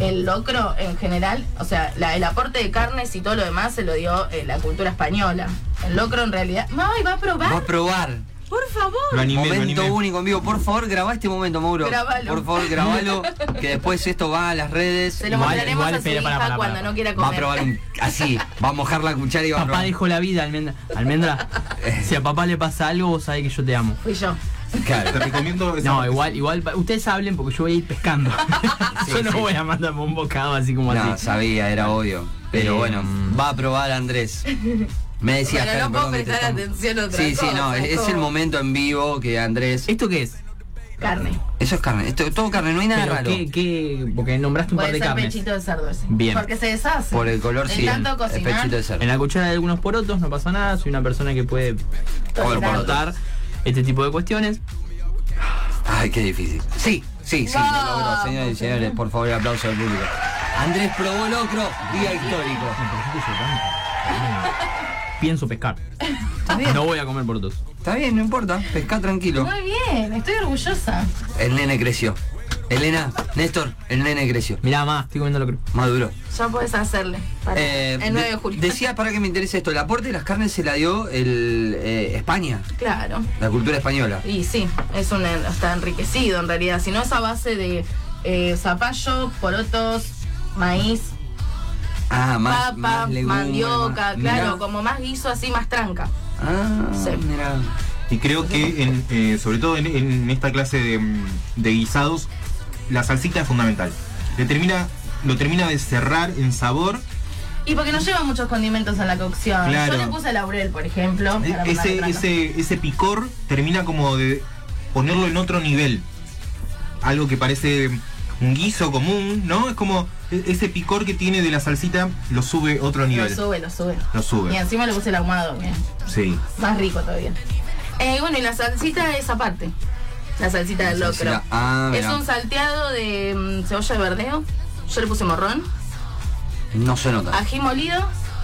Speaker 2: el locro en general, o sea, la- el aporte de carnes y todo lo demás se lo dio eh, la cultura española. El locro en realidad. ¡Ay, va a probar!
Speaker 1: Va a probar.
Speaker 2: ¡Por favor!
Speaker 5: Lo animé, lo
Speaker 1: momento
Speaker 5: animé.
Speaker 1: único en vivo. Por favor, grabá este momento, Mauro.
Speaker 2: Grabalo.
Speaker 1: Por favor, grabalo. que después esto va a las redes.
Speaker 2: Se lo
Speaker 4: Igual-
Speaker 2: mostraremos
Speaker 4: igual,
Speaker 2: a su
Speaker 4: espera,
Speaker 2: hija
Speaker 4: para, para,
Speaker 2: cuando
Speaker 4: para.
Speaker 2: no quiera
Speaker 1: Va
Speaker 2: comer.
Speaker 1: a probar un- así. Va a mojar la cuchara y va a
Speaker 4: Papá
Speaker 1: probar.
Speaker 4: dejó la vida, almendra. Almendra, si a papá le pasa algo, vos sabés que yo te amo.
Speaker 2: Fui yo.
Speaker 5: Te
Speaker 1: Claro.
Speaker 5: recomiendo esa-
Speaker 4: No, igual, igual, pa- ustedes hablen porque yo voy a ir pescando. yo no
Speaker 1: sí.
Speaker 4: voy a mandarme un bocado así como
Speaker 1: No,
Speaker 4: así.
Speaker 1: sabía, era obvio. Pero
Speaker 4: Eh,
Speaker 1: bueno, va a probar Andrés. Me decía
Speaker 2: Pero
Speaker 1: Karen,
Speaker 2: no puedo
Speaker 1: perdón, que te
Speaker 2: prestar
Speaker 1: estamos-
Speaker 2: atención a otra
Speaker 1: Sí, sí,
Speaker 2: cosa,
Speaker 1: no,
Speaker 2: es
Speaker 1: es, es el
Speaker 2: como-
Speaker 1: momento en vivo que Andrés.
Speaker 4: ¿Esto qué es?
Speaker 2: Carne.
Speaker 1: Eso es carne, esto, todo carne, no hay nada
Speaker 4: Pero
Speaker 1: raro.
Speaker 4: qué, qué- porque nombraste un par
Speaker 2: Puede
Speaker 4: de
Speaker 2: ser
Speaker 4: carnes.
Speaker 2: pechito de cerdo ese.
Speaker 4: Bien.
Speaker 2: Porque se deshace.
Speaker 1: Por el color
Speaker 2: De
Speaker 1: sí.
Speaker 2: tanto
Speaker 1: el- el
Speaker 2: cocinar.
Speaker 1: pechito de cerdo.
Speaker 4: En la cuchara de algunos porotos no pasa nada, soy una persona que puede
Speaker 1: Comer
Speaker 2: Tolerante.
Speaker 1: porotos.
Speaker 4: cortar este tipo de cuestiones.
Speaker 1: Ay, qué difícil. Sí, sí, sí,
Speaker 2: Vamos.
Speaker 1: lo logró, señores y señores. Por favor, el aplauso al público. Andrés probó locro, día histórico.
Speaker 4: Pienso pescar. No voy a comer porotos.
Speaker 1: Está bien, no importa, pescá tranquilo.
Speaker 2: Muy bien, estoy orgullosa.
Speaker 1: El nene creció. Elena, Néstor, el nene creció.
Speaker 4: Mirá, más, estoy comiendo locro.
Speaker 1: Maduró.
Speaker 2: Ya puedes hacerle. para-
Speaker 1: Eh,
Speaker 2: el 9 de
Speaker 1: de-
Speaker 2: julio.
Speaker 1: Decías, para que me interese esto, el aporte de las carnes se la dio el, eh, España,
Speaker 2: Claro.
Speaker 1: la cultura española.
Speaker 2: Y sí, es un, está enriquecido en realidad. Si no, es a base de eh, zapallo, porotos, maíz,
Speaker 1: Ah, más,
Speaker 2: papa,
Speaker 1: más legumbres,
Speaker 2: mandioca,
Speaker 1: más-
Speaker 2: claro,
Speaker 1: mirá.
Speaker 2: como más guiso, así más tranca.
Speaker 1: Ah,
Speaker 2: Sí.
Speaker 1: mirá.
Speaker 5: Y creo que, en, eh, sobre todo en, en esta clase de, mm, de guisados, la salsita es fundamental. Le termina, lo termina de cerrar en sabor.
Speaker 2: Y porque no lleva muchos condimentos en la cocción.
Speaker 5: Claro.
Speaker 2: Yo le puse laurel, por ejemplo.
Speaker 5: E-
Speaker 2: para ponerle
Speaker 5: Ese,
Speaker 2: tranca.
Speaker 5: ese, ese picor termina como de ponerlo en otro nivel. Algo que parece un guiso común, ¿no? Es como e- ese picor que tiene de la salsita lo sube otro
Speaker 2: Lo
Speaker 5: nivel.
Speaker 2: sube, lo sube.
Speaker 5: Lo
Speaker 2: Y
Speaker 5: sube.
Speaker 2: encima le puse el ahumado, que es
Speaker 5: Sí.
Speaker 2: más rico todavía. Eh, bueno, y la salsita es aparte. La salsita del locro.
Speaker 1: Salsita. Ah,
Speaker 2: es
Speaker 1: mirá.
Speaker 2: un salteado de mm, cebolla de verdeo. Yo le puse morrón,
Speaker 1: No se nota.
Speaker 2: ají molido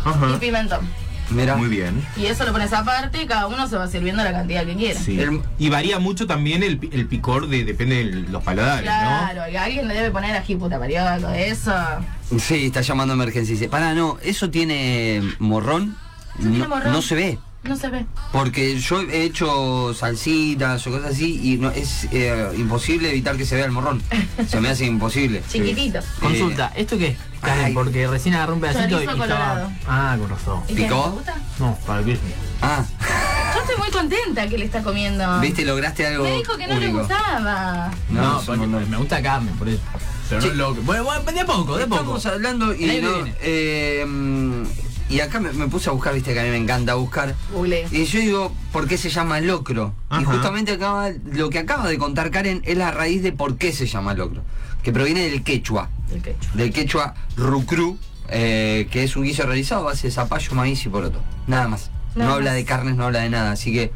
Speaker 2: y
Speaker 5: Ajá.
Speaker 2: pimentón.
Speaker 1: Mira.
Speaker 5: Muy bien.
Speaker 2: Y eso lo pones aparte, cada uno se va sirviendo la cantidad que quiera.
Speaker 5: Sí.
Speaker 1: El-
Speaker 5: y varía mucho también el, pi- el picor de depende de los paladares,
Speaker 2: Claro, y alguien le debe poner ají puta todo eso.
Speaker 1: Sí, está llamando a emergencia. y Dice, pará, no, eso tiene morrón.
Speaker 2: Eso tiene
Speaker 1: no,
Speaker 2: morrón.
Speaker 1: no se ve.
Speaker 2: No se ve.
Speaker 1: Porque yo he hecho salsitas o cosas así y no, es eh, imposible evitar que se vea el morrón. Se me hace imposible.
Speaker 2: Chiquitito.
Speaker 4: Consulta, ¿esto qué? Karen,
Speaker 1: Ay.
Speaker 4: porque recién agarré un pedacito y
Speaker 2: Chorizo colorado.
Speaker 4: estaba... Ah, con razón.
Speaker 2: ¿Y qué,
Speaker 1: ¿Picó?
Speaker 2: ¿te gusta?
Speaker 4: No, para qué.
Speaker 1: Ah,
Speaker 2: Yo estoy muy contenta que le está comiendo.
Speaker 1: viste, lograste algo.
Speaker 2: Ah. Me dijo que no le
Speaker 1: único.
Speaker 2: gustaba.
Speaker 1: No,
Speaker 4: No,
Speaker 1: es un
Speaker 4: porque
Speaker 1: montón.
Speaker 4: me gusta carne, por eso. Pero
Speaker 1: Sí.
Speaker 4: no lo... Bueno, bueno, de a poco, de a poco.
Speaker 1: Estamos hablando
Speaker 4: El
Speaker 1: y
Speaker 4: aire
Speaker 1: no,
Speaker 4: viene.
Speaker 1: eh, mm, y acá me, me puse a buscar, viste que a mí me encanta buscar.
Speaker 2: Google.
Speaker 1: Y yo digo, ¿por qué se llama locro? Y
Speaker 5: Ajá.
Speaker 1: justamente acaba, lo que acaba de contar Karen es la raíz de por qué se llama locro. Que proviene del quechua,
Speaker 2: El ketchup.
Speaker 1: del quechua rucru, eh, que es un guiso realizado a base de zapallo, maíz y poroto. Nada más.
Speaker 2: Nada
Speaker 1: no habla
Speaker 2: más.
Speaker 1: de carnes, no habla de nada. Así que,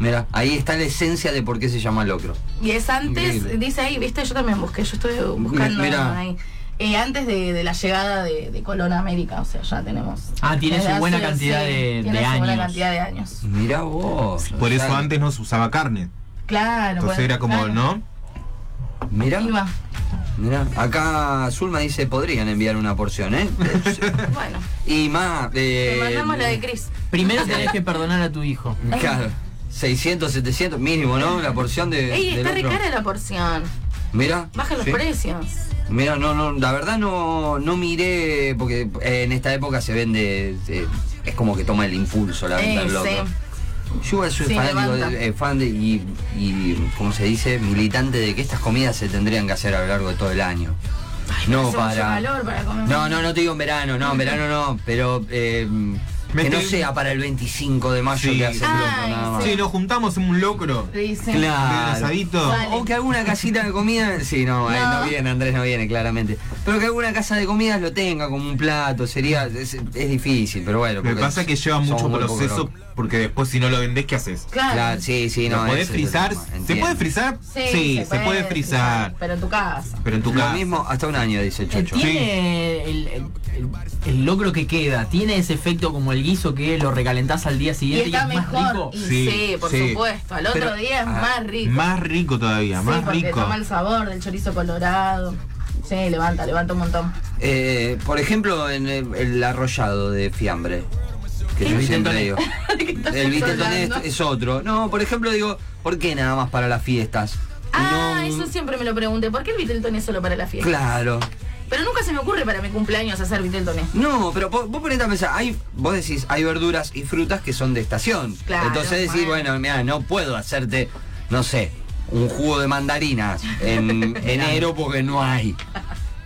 Speaker 1: mira, ahí está la esencia de por qué se llama locro.
Speaker 2: Y es antes,
Speaker 1: Increíble.
Speaker 2: dice ahí, viste, yo también busqué, yo estuve buscando
Speaker 1: mira.
Speaker 2: ahí. Eh, antes de, de la llegada de, de Colón a América, o sea, ya tenemos.
Speaker 4: Ah, tiene
Speaker 2: desde
Speaker 4: su buena
Speaker 2: hace-
Speaker 4: cantidad de-
Speaker 2: tiene
Speaker 4: de
Speaker 2: su buena
Speaker 4: años.
Speaker 2: cantidad de años.
Speaker 1: Mira vos.
Speaker 5: ¿no? Por eso
Speaker 1: Claro.
Speaker 5: antes no se usaba carne.
Speaker 2: Claro.
Speaker 5: Entonces
Speaker 2: bueno,
Speaker 5: era como,
Speaker 2: claro.
Speaker 5: ¿no?
Speaker 1: Mirá.
Speaker 2: Iba.
Speaker 1: Mirá, acá Zulma dice podrían enviar una porción, ¿eh?
Speaker 2: Bueno,
Speaker 1: y más.
Speaker 2: te
Speaker 1: Eh,
Speaker 2: mandamos la de Chris.
Speaker 4: Primero tenés que perdonar a tu hijo.
Speaker 1: Claro, 600, 700 mínimo, ¿no? La porción de.
Speaker 2: Ey,
Speaker 1: del
Speaker 2: está re
Speaker 1: otro.
Speaker 2: cara la porción.
Speaker 1: Mira.
Speaker 2: Bajan los
Speaker 1: sí.
Speaker 2: precios.
Speaker 1: Mira, no, no, la verdad no, no miré, porque eh, en esta época se vende. eh, es como que toma el impulso la venta
Speaker 2: Eh,
Speaker 1: del loco.
Speaker 2: sí.
Speaker 1: Yo igual soy
Speaker 2: Sí,
Speaker 1: fanático
Speaker 2: levanta.
Speaker 1: de- eh, fan de- y, y, como se dice, militante de que estas comidas se tendrían que hacer a lo largo de todo el año. no
Speaker 2: hace mucho
Speaker 1: para.
Speaker 2: calor para comer.
Speaker 1: No, no, no te digo en verano, no, en verano no, pero eh,
Speaker 5: Me
Speaker 1: que no
Speaker 5: estoy-
Speaker 1: sea para el 25 de mayo
Speaker 5: Sí.
Speaker 1: que hace el
Speaker 2: Ay,
Speaker 1: loco, nada más.
Speaker 5: Sí, nos juntamos en un locro.
Speaker 2: Le dicen.
Speaker 1: Claro.
Speaker 5: asadito.
Speaker 2: Vale.
Speaker 1: O que alguna casita de comida. Sí, no, eh, no
Speaker 2: No.
Speaker 1: viene, Andrés no viene, claramente. Pero que alguna casa de comidas lo tenga como un plato, sería. Es, es difícil, pero bueno.
Speaker 5: Lo que
Speaker 1: porque
Speaker 5: pasa es que lleva
Speaker 1: somos
Speaker 5: mucho
Speaker 1: muy pocos
Speaker 5: proceso
Speaker 1: locos.
Speaker 5: porque después si no lo vendés, ¿qué haces?
Speaker 2: Claro.
Speaker 1: Claro, sí, sí, no.
Speaker 5: ¿Lo
Speaker 1: ese
Speaker 5: podés
Speaker 1: es el
Speaker 5: frizar?
Speaker 1: tema,
Speaker 5: ¿Se
Speaker 1: entiendo.
Speaker 5: puede frizar?
Speaker 2: Sí,
Speaker 5: se, puede frizar.
Speaker 2: Pero en tu casa.
Speaker 5: Pero en tu
Speaker 1: Lo
Speaker 5: casa.
Speaker 1: mismo hasta un año, dice el Chocho.
Speaker 4: Tiene el, el- el- el locro que queda, tiene ese efecto como el guiso que lo recalentás al día
Speaker 2: Y
Speaker 1: este
Speaker 4: siguiente y,
Speaker 2: está
Speaker 4: es más
Speaker 2: mejor.
Speaker 4: rico.
Speaker 2: Y
Speaker 5: Sí,
Speaker 2: sí, por
Speaker 5: sí.
Speaker 2: supuesto. Al otro
Speaker 1: Pero-
Speaker 2: día es
Speaker 1: ah,
Speaker 2: más rico.
Speaker 5: Más rico todavía,
Speaker 2: Sí,
Speaker 5: más
Speaker 2: porque
Speaker 5: rico.
Speaker 2: toma el sabor del chorizo colorado. Sí, levanta, levanta un montón.
Speaker 1: Eh, por ejemplo, en el, el arrollado de fiambre. Que
Speaker 4: ¿Qué?
Speaker 1: yo
Speaker 4: El
Speaker 1: siempre
Speaker 4: Viteltoné.
Speaker 1: digo.
Speaker 2: ¿De qué estás
Speaker 1: El Viteltoné es,
Speaker 2: hablando?
Speaker 1: es otro. No, por ejemplo, digo, ¿por qué nada más para las fiestas? Y
Speaker 2: Ah,
Speaker 1: no-
Speaker 2: eso siempre me lo pregunté. ¿Por qué el Vitelton es solo para la fiesta?
Speaker 1: Claro.
Speaker 2: Pero nunca se me ocurre para mi cumpleaños hacer Viteltoné.
Speaker 1: No, pero vos, vos ponete a pensar, hay, vos decís, hay verduras y frutas que son de estación.
Speaker 2: Claro,
Speaker 1: Entonces decís,
Speaker 2: bueno.
Speaker 1: bueno, mira, no puedo hacerte, no sé, un jugo de mandarinas en enero porque no hay.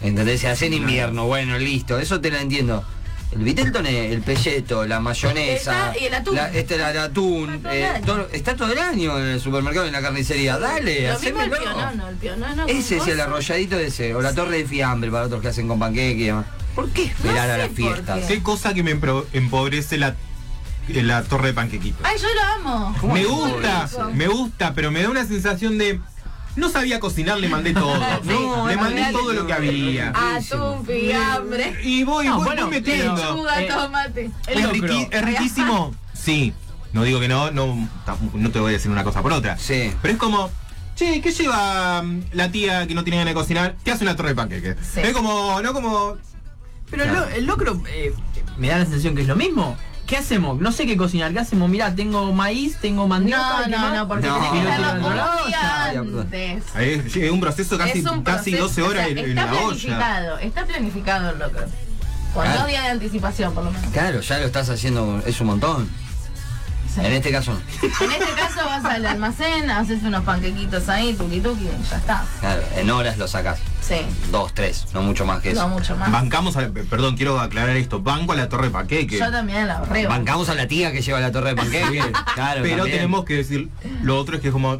Speaker 1: Entonces se hace en invierno, bueno, listo, eso te lo entiendo. El viteltoné, el pelleto, la mayonesa,
Speaker 2: Está- y el atún.
Speaker 1: la- este, la- el atún,
Speaker 2: Está todo
Speaker 1: eh,
Speaker 2: el año.
Speaker 1: todo- está todo el año en el supermercado, en la carnicería. Dale,
Speaker 2: lo mismo el
Speaker 1: hacémelo.
Speaker 2: pionono, el pionono.
Speaker 1: Ese es
Speaker 2: con
Speaker 1: el
Speaker 2: cosas.
Speaker 1: arrolladito de ese, o la torre de fiambre para otros que hacen con panqueque y demás. ¿Por qué esperar
Speaker 2: No
Speaker 1: a
Speaker 2: sé
Speaker 1: las fiestas?
Speaker 2: por
Speaker 5: Qué cosa que me empro- empobrece la, eh, la torre de panquequitos.
Speaker 2: Ay, yo lo amo.
Speaker 1: ¿Cómo
Speaker 5: Me
Speaker 1: es
Speaker 5: gusta,
Speaker 2: eso?
Speaker 5: me gusta, pero me da una sensación de. No sabía cocinar, le mandé todo.
Speaker 2: Sí.
Speaker 5: No, le
Speaker 2: es
Speaker 5: mandé
Speaker 2: real.
Speaker 5: todo lo que había.
Speaker 2: Atún, fiambre,
Speaker 5: Y voy,
Speaker 4: No,
Speaker 5: voy,
Speaker 4: bueno,
Speaker 5: voy metiendo.
Speaker 2: lechuga,
Speaker 4: Eh,
Speaker 2: tomate.
Speaker 4: el
Speaker 5: ¿Es,
Speaker 4: locro.
Speaker 5: riqui- es riquísimo? Sí. No digo que no, no, tampoco- no te voy a decir una cosa por otra.
Speaker 1: Sí.
Speaker 5: Pero es como, Che, ¿qué lleva mm, la tía que no tiene ganas de cocinar? Te hace una torre de panqueques.
Speaker 2: Sí.
Speaker 5: Es como, no como.
Speaker 4: Pero el lo- el locro eh, me da la sensación que es lo mismo. ¿Qué hacemos? No sé qué cocinar. ¿Qué hacemos? Mirá, tengo maíz, tengo mandioca.
Speaker 2: No,
Speaker 4: ¿y qué
Speaker 2: no,
Speaker 4: más?
Speaker 2: no, porque
Speaker 1: No,
Speaker 2: tenés que
Speaker 1: no,
Speaker 2: estarlo
Speaker 1: no, no,
Speaker 2: un día antes.
Speaker 5: Es, es un proceso casi,
Speaker 2: Es un
Speaker 5: casi
Speaker 2: proceso,
Speaker 5: 12
Speaker 2: o
Speaker 5: horas
Speaker 2: sea,
Speaker 5: en, en
Speaker 2: está
Speaker 5: la olla.
Speaker 2: planificado, Está planificado el locro. Con
Speaker 1: Claro.
Speaker 2: dos días de anticipación, por lo menos.
Speaker 1: Claro, ya lo estás haciendo, es un montón.
Speaker 2: Sí.
Speaker 1: En este caso, no.
Speaker 2: En este caso vas al almacén, haces unos panquequitos ahí, tuki tuki, y ya está.
Speaker 1: Claro, en horas lo sacas.
Speaker 2: Sí,
Speaker 1: Dos, tres, no mucho más que
Speaker 2: no
Speaker 1: eso.
Speaker 2: mucho más.
Speaker 5: Bancamos, a- perdón, quiero aclarar esto. Banco a la torre de panqueques.
Speaker 2: Yo también la ahorré.
Speaker 1: Bancamos a la tía que lleva la torre de panqueques. claro,
Speaker 5: Pero
Speaker 1: también.
Speaker 5: tenemos que decir, lo otro es que es como,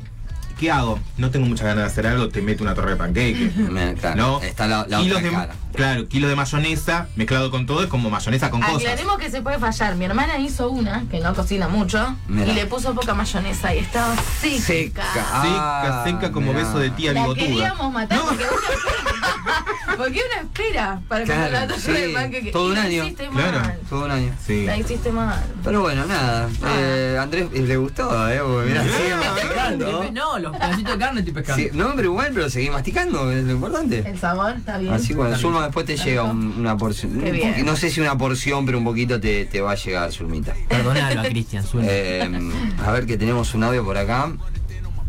Speaker 5: ¿qué hago? No tengo muchas ganas de hacer algo, te meto una torre de panqueques.
Speaker 1: Me- Claro,
Speaker 5: ¿no?
Speaker 1: Está la, la
Speaker 5: kilos
Speaker 1: otra
Speaker 5: de,
Speaker 1: cara.
Speaker 5: Claro, kilos de mayonesa mezclado con todo es como mayonesa con cosas.
Speaker 2: Aclaremos que se puede fallar. Mi hermana hizo una, que no cocina mucho,
Speaker 1: Mirá.
Speaker 2: y le puso poca mayonesa y estaba seca.
Speaker 1: Seca. Ah,
Speaker 5: Seca, seca como
Speaker 1: mirá.
Speaker 5: beso de tía
Speaker 2: La
Speaker 5: bigotuda.
Speaker 2: queríamos matar porque uno espera. porque uno espera para
Speaker 1: Claro,
Speaker 2: comer la torre
Speaker 1: sí,
Speaker 2: de panqueque.
Speaker 1: todo
Speaker 2: Y
Speaker 1: un
Speaker 2: la
Speaker 1: año.
Speaker 2: hiciste
Speaker 5: Claro.
Speaker 2: mal.
Speaker 1: Todo un año.
Speaker 5: Sí.
Speaker 2: La hiciste mal.
Speaker 1: Pero bueno, nada.
Speaker 2: Ah.
Speaker 1: Eh, Andrés eh, le gustó, ¿eh? Porque mirá,
Speaker 5: Mirá,
Speaker 1: sigue
Speaker 5: mirá.
Speaker 1: masticando.
Speaker 4: No, los pedacitos de carne estoy pescando.
Speaker 1: Sí, no, pero igual, pero seguí masticando, es lo importante.
Speaker 2: El sabor está bien.
Speaker 1: Así cuando Zulma después te llega un- una porción.
Speaker 2: Qué
Speaker 1: un
Speaker 2: bien.
Speaker 1: poqui- No sé si una porción, pero un poquito te, te va a llegar, Zulmita.
Speaker 4: Perdonalo a Cristian, suena.
Speaker 1: Eh, a ver que tenemos un audio por acá.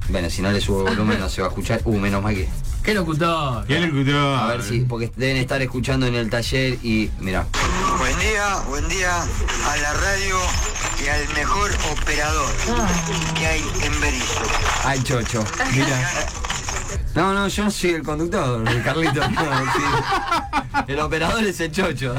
Speaker 1: Bueno, si no le subo volumen no se va a escuchar. Uh, menos mal que.
Speaker 4: ¡Qué locutor!
Speaker 5: ¿Qué le gustó?
Speaker 1: A ver si, porque deben estar escuchando en el taller y. Mirá.
Speaker 6: Buen día, buen día a la radio y al mejor operador
Speaker 2: Ah,
Speaker 6: que hay en Berizo.
Speaker 1: Al chocho.
Speaker 5: Mira,
Speaker 1: No, no, yo soy el conductor, Carlito. No, sí. El operador es el chocho.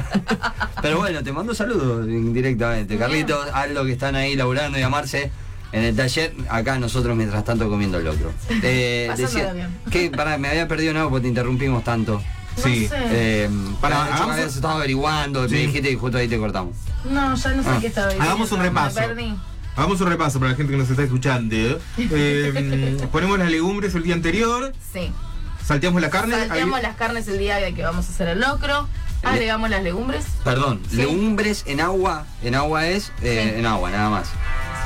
Speaker 1: Pero bueno, te mando saludos directamente. Carlito, Aldo que están ahí laburando y a Marce en el taller. Acá nosotros mientras tanto comiendo el locro. Eh,
Speaker 2: Pasándola bien.
Speaker 1: que pará, me había perdido en algo porque te interrumpimos tanto.
Speaker 5: sí.
Speaker 2: No, sé.
Speaker 1: Eh,
Speaker 5: Pará,
Speaker 1: para,
Speaker 5: hagamos-
Speaker 1: habías estado averiguando, me
Speaker 5: Sí.
Speaker 1: dijiste y justo ahí te cortamos.
Speaker 2: No, ya no sé
Speaker 1: Ah,
Speaker 2: qué estaba diciendo.
Speaker 5: hagamos un repaso.
Speaker 2: Me perdí.
Speaker 5: Hagamos un repaso para la gente que nos está escuchando. Eh, ponemos las legumbres el día anterior,
Speaker 2: Sí.
Speaker 5: salteamos la carne.
Speaker 2: Salteamos
Speaker 5: ahí-
Speaker 2: las carnes el día que vamos a hacer el locro. Agregamos las legumbres.
Speaker 1: Perdón,
Speaker 2: Sí.
Speaker 1: legumbres en agua, en agua es, eh,
Speaker 2: Sí.
Speaker 1: en agua nada más.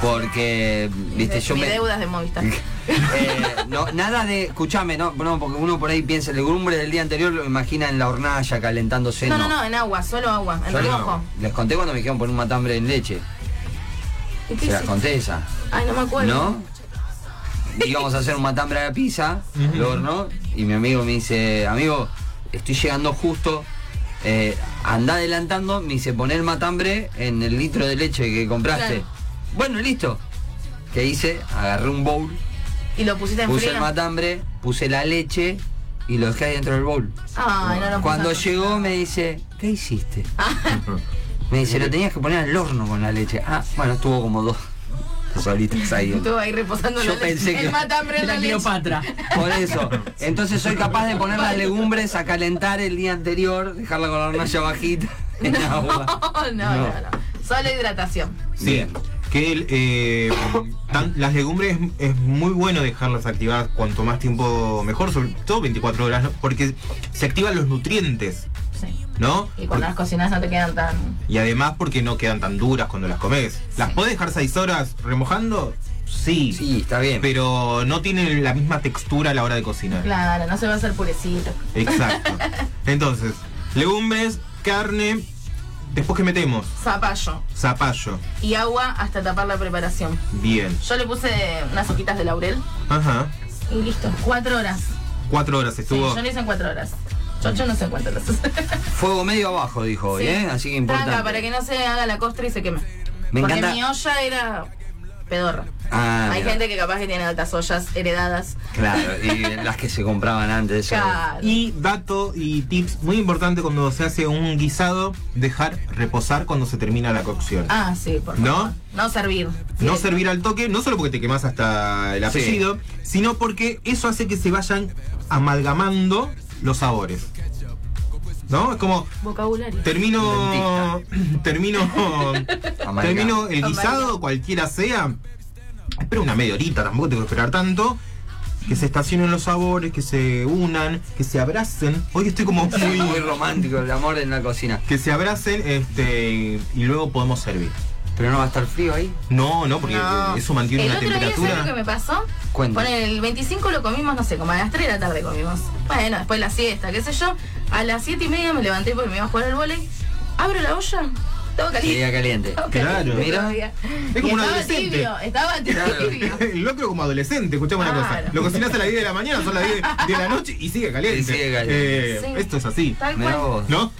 Speaker 1: Porque, viste, yo
Speaker 2: mi
Speaker 1: me...
Speaker 2: deuda es de Movistar.
Speaker 1: Eh, no, nada de, escúchame, no, no, porque uno por ahí piensa, el legumbre del día anterior lo imagina en la hornalla calentándose.
Speaker 2: No, no, no, en agua, solo agua, en
Speaker 1: Yo les,
Speaker 2: remojo.
Speaker 1: les conté cuando me dijeron poner un matambre en leche.
Speaker 2: ¿Y qué
Speaker 1: Se las
Speaker 2: hiciste?
Speaker 1: conté esa,
Speaker 2: Ay, no me acuerdo.
Speaker 1: ¿no? Íbamos a hacer un matambre a la pizza, al horno, y mi amigo me dice, amigo, estoy llegando justo, eh, anda adelantando, me dice, poner el matambre en el litro de leche que compraste.
Speaker 2: Claro.
Speaker 1: Bueno, listo. ¿Qué hice? Agarré un bowl.
Speaker 2: Y lo pusiste en
Speaker 1: Puse
Speaker 2: frío.
Speaker 1: el matambre, puse la leche y lo dejé ahí dentro del bowl.
Speaker 2: Ay, no lo
Speaker 1: Cuando
Speaker 2: puse.
Speaker 1: llegó me dice, ¿qué hiciste?
Speaker 2: Ah.
Speaker 1: Me dice, lo tenías que poner al horno con la leche. Ah, bueno, estuvo como dos dos horitas ahí.
Speaker 2: Estuvo ahí reposando
Speaker 1: Yo
Speaker 2: la leche.
Speaker 1: pensé que-
Speaker 2: el matambre en la
Speaker 4: La
Speaker 2: leche.
Speaker 4: Cleopatra.
Speaker 1: Por eso. Entonces soy capaz de poner las legumbres a calentar el día anterior, dejarla con la hornalla bajita en
Speaker 2: No,
Speaker 1: agua.
Speaker 2: no, no, no. Solo hidratación.
Speaker 5: Sí.
Speaker 1: Bien.
Speaker 5: Que el, eh, tan- las legumbres es muy bueno dejarlas activadas cuanto más tiempo mejor, sobre todo 24 horas, ¿no? porque se activan los nutrientes,
Speaker 2: Sí.
Speaker 5: ¿no?
Speaker 2: Y cuando las cocinas no te quedan tan.
Speaker 5: Y además porque no quedan tan duras cuando las comes. ¿Las
Speaker 2: Sí.
Speaker 5: podés dejar 6 horas remojando? Sí.
Speaker 1: Sí, está bien.
Speaker 5: Pero no tienen la misma textura a la hora de cocinar.
Speaker 2: Claro, no se va a hacer purecito.
Speaker 5: Exacto. Entonces, legumbres, carne, después que metemos,
Speaker 2: Zapallo
Speaker 5: zapallo.
Speaker 2: y agua hasta tapar la preparación.
Speaker 5: Bien.
Speaker 2: Yo le puse unas hojitas de laurel
Speaker 5: Ajá.
Speaker 2: y listo. Cuatro horas.
Speaker 5: Cuatro horas
Speaker 2: Sí,
Speaker 5: estuvo.
Speaker 2: yo lo hice en cuatro horas. Chocho no sé en cuatro horas.
Speaker 1: Fuego medio abajo, dijo hoy,
Speaker 2: Sí.
Speaker 1: ¿eh? Así que
Speaker 2: Tranca, para
Speaker 1: importante.
Speaker 2: que no se haga la costra y se queme.
Speaker 1: Me
Speaker 2: Porque
Speaker 1: encanta-
Speaker 2: mi olla era pedorra.
Speaker 1: Ah,
Speaker 2: Hay
Speaker 1: mira.
Speaker 2: gente que capaz que tiene altas ollas heredadas.
Speaker 1: Claro, y las que se compraban antes. eso.
Speaker 2: Claro.
Speaker 5: Y dato y tips muy importante cuando se hace un guisado, dejar reposar cuando se termina la cocción.
Speaker 2: Ah, sí, por
Speaker 5: ¿No?
Speaker 2: favor. No servir.
Speaker 5: No
Speaker 2: Sí.
Speaker 5: servir al toque, no solo porque te quemas hasta el
Speaker 1: Sí.
Speaker 5: apellido, sino porque eso hace que se vayan amalgamando los sabores. ¿No? Es como
Speaker 2: Vocabulario.
Speaker 5: termino termino
Speaker 1: Amalgama.
Speaker 5: termino el
Speaker 2: Amalgama.
Speaker 5: guisado, cualquiera sea. Espero una media horita, tampoco tengo que esperar tanto. Que se estacionen los sabores, que se unan, que se abracen. Hoy estoy como muy
Speaker 1: Muy romántico el amor en la cocina.
Speaker 5: que se abracen este, y luego podemos servir.
Speaker 1: Pero no va a estar frío ahí.
Speaker 5: No, no, porque
Speaker 2: No.
Speaker 5: eso mantiene
Speaker 2: el
Speaker 5: una
Speaker 2: otro día, ¿sabes lo que
Speaker 5: temperatura.
Speaker 2: me pasó?
Speaker 1: Cuenta.
Speaker 2: Bueno, el 25 lo comimos, no sé, como a las 3 de la tarde comimos. Bueno, después la siesta, qué sé yo. A las 7 y media me levanté porque me iba a jugar al volei. Abro la olla, estaba
Speaker 1: Sería
Speaker 2: caliente.
Speaker 1: caliente.
Speaker 2: Estaba
Speaker 5: Claro,
Speaker 2: caliente
Speaker 1: mira.
Speaker 2: todavía.
Speaker 5: Es como
Speaker 2: Y
Speaker 5: un
Speaker 2: estaba
Speaker 5: adolescente.
Speaker 2: tibio, estaba
Speaker 1: Claro.
Speaker 2: tibio.
Speaker 5: El locro como adolescente, escuchame una
Speaker 2: Claro.
Speaker 5: cosa. Lo cocinas a las 10 de la mañana, son las 10 de la noche y sigue caliente.
Speaker 1: Y sigue caliente.
Speaker 5: Eh,
Speaker 2: Sí.
Speaker 5: Esto es así.
Speaker 2: Tal
Speaker 1: Mirá
Speaker 2: cual.
Speaker 1: vos.
Speaker 5: ¿No?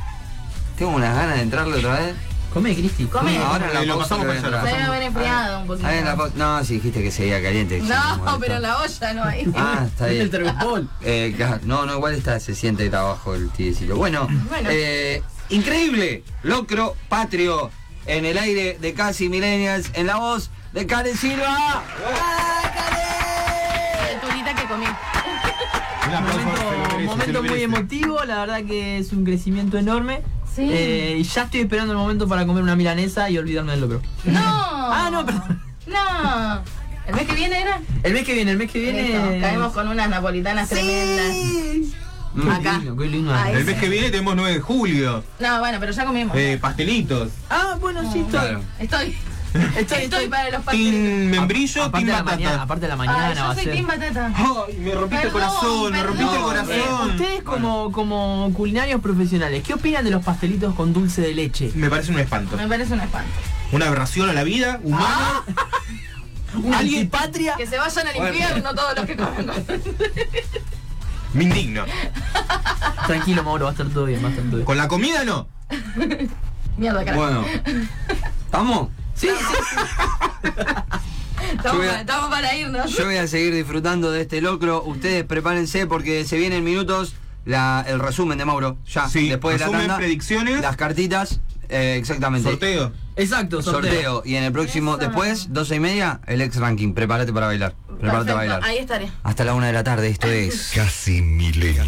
Speaker 1: Tengo unas ganas de entrarle otra vez.
Speaker 4: Come, Cristi.
Speaker 2: Come. Bien.
Speaker 1: Ahora en la
Speaker 5: Eh, lo
Speaker 1: pausa
Speaker 5: pasamos
Speaker 1: le voy a
Speaker 5: para
Speaker 2: Se
Speaker 5: allá, lo
Speaker 1: entrar.
Speaker 2: debe haber enfriado un poquito.
Speaker 1: Ahí en la pausa- No, si dijiste que seguía caliente.
Speaker 2: No, pero en la olla no hay.
Speaker 1: Ah, está
Speaker 4: Dame el
Speaker 1: bien.
Speaker 4: termopol.
Speaker 1: Eh, claro, no, no, igual está, se siente ahí abajo el tiecillo. Bueno,
Speaker 2: Bueno.
Speaker 1: eh, increíble, locro patrio en el aire de casi millennials, en la voz de Karen Silva.
Speaker 2: El turita que comí.
Speaker 5: Un
Speaker 4: Ah,
Speaker 5: aplauso, se lo merece,
Speaker 4: Momento,
Speaker 5: se lo
Speaker 4: momento muy
Speaker 5: merece.
Speaker 4: emotivo, la verdad que es un crecimiento enorme.
Speaker 2: Sí.
Speaker 4: Eh, y ya estoy esperando el momento para comer una milanesa y olvidarme del locro.
Speaker 2: No.
Speaker 4: Ah, no, perdón.
Speaker 2: No. ¿El mes que viene era?
Speaker 4: El mes que viene, el mes que viene.
Speaker 2: Listo, Caemos con unas napolitanas tremendas.
Speaker 4: Qué
Speaker 2: acá.
Speaker 4: lindo, qué lindo.
Speaker 2: Ahí.
Speaker 5: El mes que viene tenemos 9 de julio.
Speaker 2: No, bueno, pero ya comimos.
Speaker 5: Eh, pastelitos.
Speaker 4: Ah, bueno, sí, estoy.
Speaker 1: Claro.
Speaker 2: Estoy.
Speaker 4: Estoy,
Speaker 2: Estoy
Speaker 4: estoy.
Speaker 2: para los partidos.
Speaker 5: Team membrillo, team
Speaker 4: aparte, de la
Speaker 5: batata.
Speaker 4: mañana, aparte de la mañana
Speaker 2: Ay,
Speaker 4: va
Speaker 2: yo
Speaker 4: a
Speaker 2: soy
Speaker 4: ser. Ah.
Speaker 2: Team Batata.
Speaker 5: Ay, me rompiste el
Speaker 2: Perdón,
Speaker 5: corazón, me rompiste el
Speaker 2: perdón.
Speaker 1: Eh,
Speaker 5: corazón.
Speaker 4: Ustedes como, como culinarios profesionales, ¿qué opinan de los pastelitos con dulce de leche?
Speaker 5: Me parece un espanto.
Speaker 2: Me parece un espanto.
Speaker 5: Una aberración a la vida
Speaker 4: Ah.
Speaker 5: humana.
Speaker 4: ¿Alguien patria?
Speaker 2: Que se vayan al infierno todos los que comen. con-
Speaker 5: Me indigno.
Speaker 4: Tranquilo, Mauro, va a estar todo bien, va a estar todo bien.
Speaker 5: Con la comida no.
Speaker 2: Mierda, carajo.
Speaker 1: Bueno, ¿estamos?
Speaker 4: Sí, sí,
Speaker 1: yo
Speaker 2: Estamos,
Speaker 1: voy a-
Speaker 2: para, estamos para irnos.
Speaker 1: Yo voy a seguir disfrutando de este locro. Ustedes prepárense porque se vienen minutos la- el resumen de Mauro. Ya,
Speaker 5: Sí,
Speaker 1: Ah, después de la
Speaker 5: resumen,
Speaker 1: tanda.
Speaker 5: predicciones.
Speaker 1: Las cartitas, eh, exactamente.
Speaker 5: Sorteo.
Speaker 4: Exacto, sorteo.
Speaker 1: Sorteo. Y en el próximo,
Speaker 2: Eso.
Speaker 1: después, 12 y media, el ex ranking. Prepárate para bailar. Prepárate
Speaker 2: Perfecto,
Speaker 1: para bailar.
Speaker 2: Ahí estaré.
Speaker 1: Hasta la una de la tarde, esto es.
Speaker 7: Casi milenia.